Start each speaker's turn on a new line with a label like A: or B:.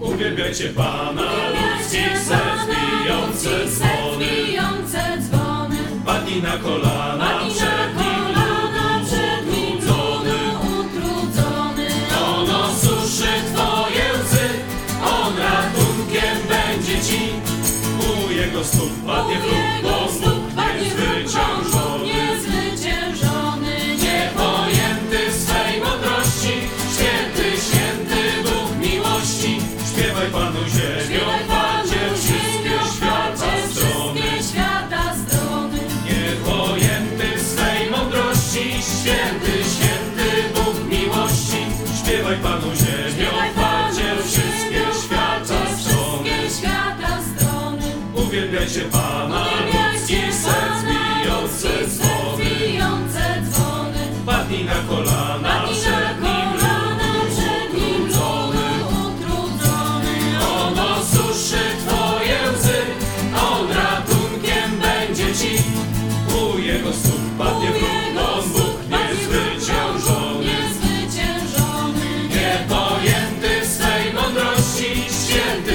A: Uwielbiajcie Pana, ludzki serc bijące dzwony.
B: Bijące dzwony,
A: Padnij na kolana,
B: pani
A: przed
B: na
A: nim
B: kolana przed nim
A: utrudzony.
B: utrudzony.
A: Ono suszy twoje łzy, On ratunkiem będzie ci. U Jego stóp padnie w
B: U jego
A: lub
B: stóp padnie
A: jest
B: wróg, Pan Bóg
A: wyciążony.
B: niezwyciężony.
A: Niepojęty w swej mądrości, święty, święty Bóg miłości. Śpiewaj Panu ziemią,
B: Śpiewaj Panu
A: padzie wszystkie
B: ziemią,
A: świata
B: padzie
A: strony.
B: wszystkie świata strony.
A: Niepojęty w swej mądrości, święty, święty Bóg miłości. Śpiewaj Panu ziemią,
B: Śpiewaj Panu
A: padzie wszystkie
B: ziemią,
A: świata
B: padzie
A: strony.
B: wszystkie świata strony.
A: Uwielbiajcie Pana, ludzki serc bijący dzwony.
B: Bijące dzwony.
A: Padnij na kolana,
B: Pani na
A: przed nim
B: kolana przed nim
A: utrudzony.
B: utrudzony.
A: Ono suszy twoje łzy, on ratunkiem będzie ci. U jego stóp padnie
B: U
A: wróg,
B: jego
A: on Bóg
B: stóp padnie wróg,
A: niezwyciężony.
B: Niezwyciężony.
A: Niepojęty w swej mądrości, święty,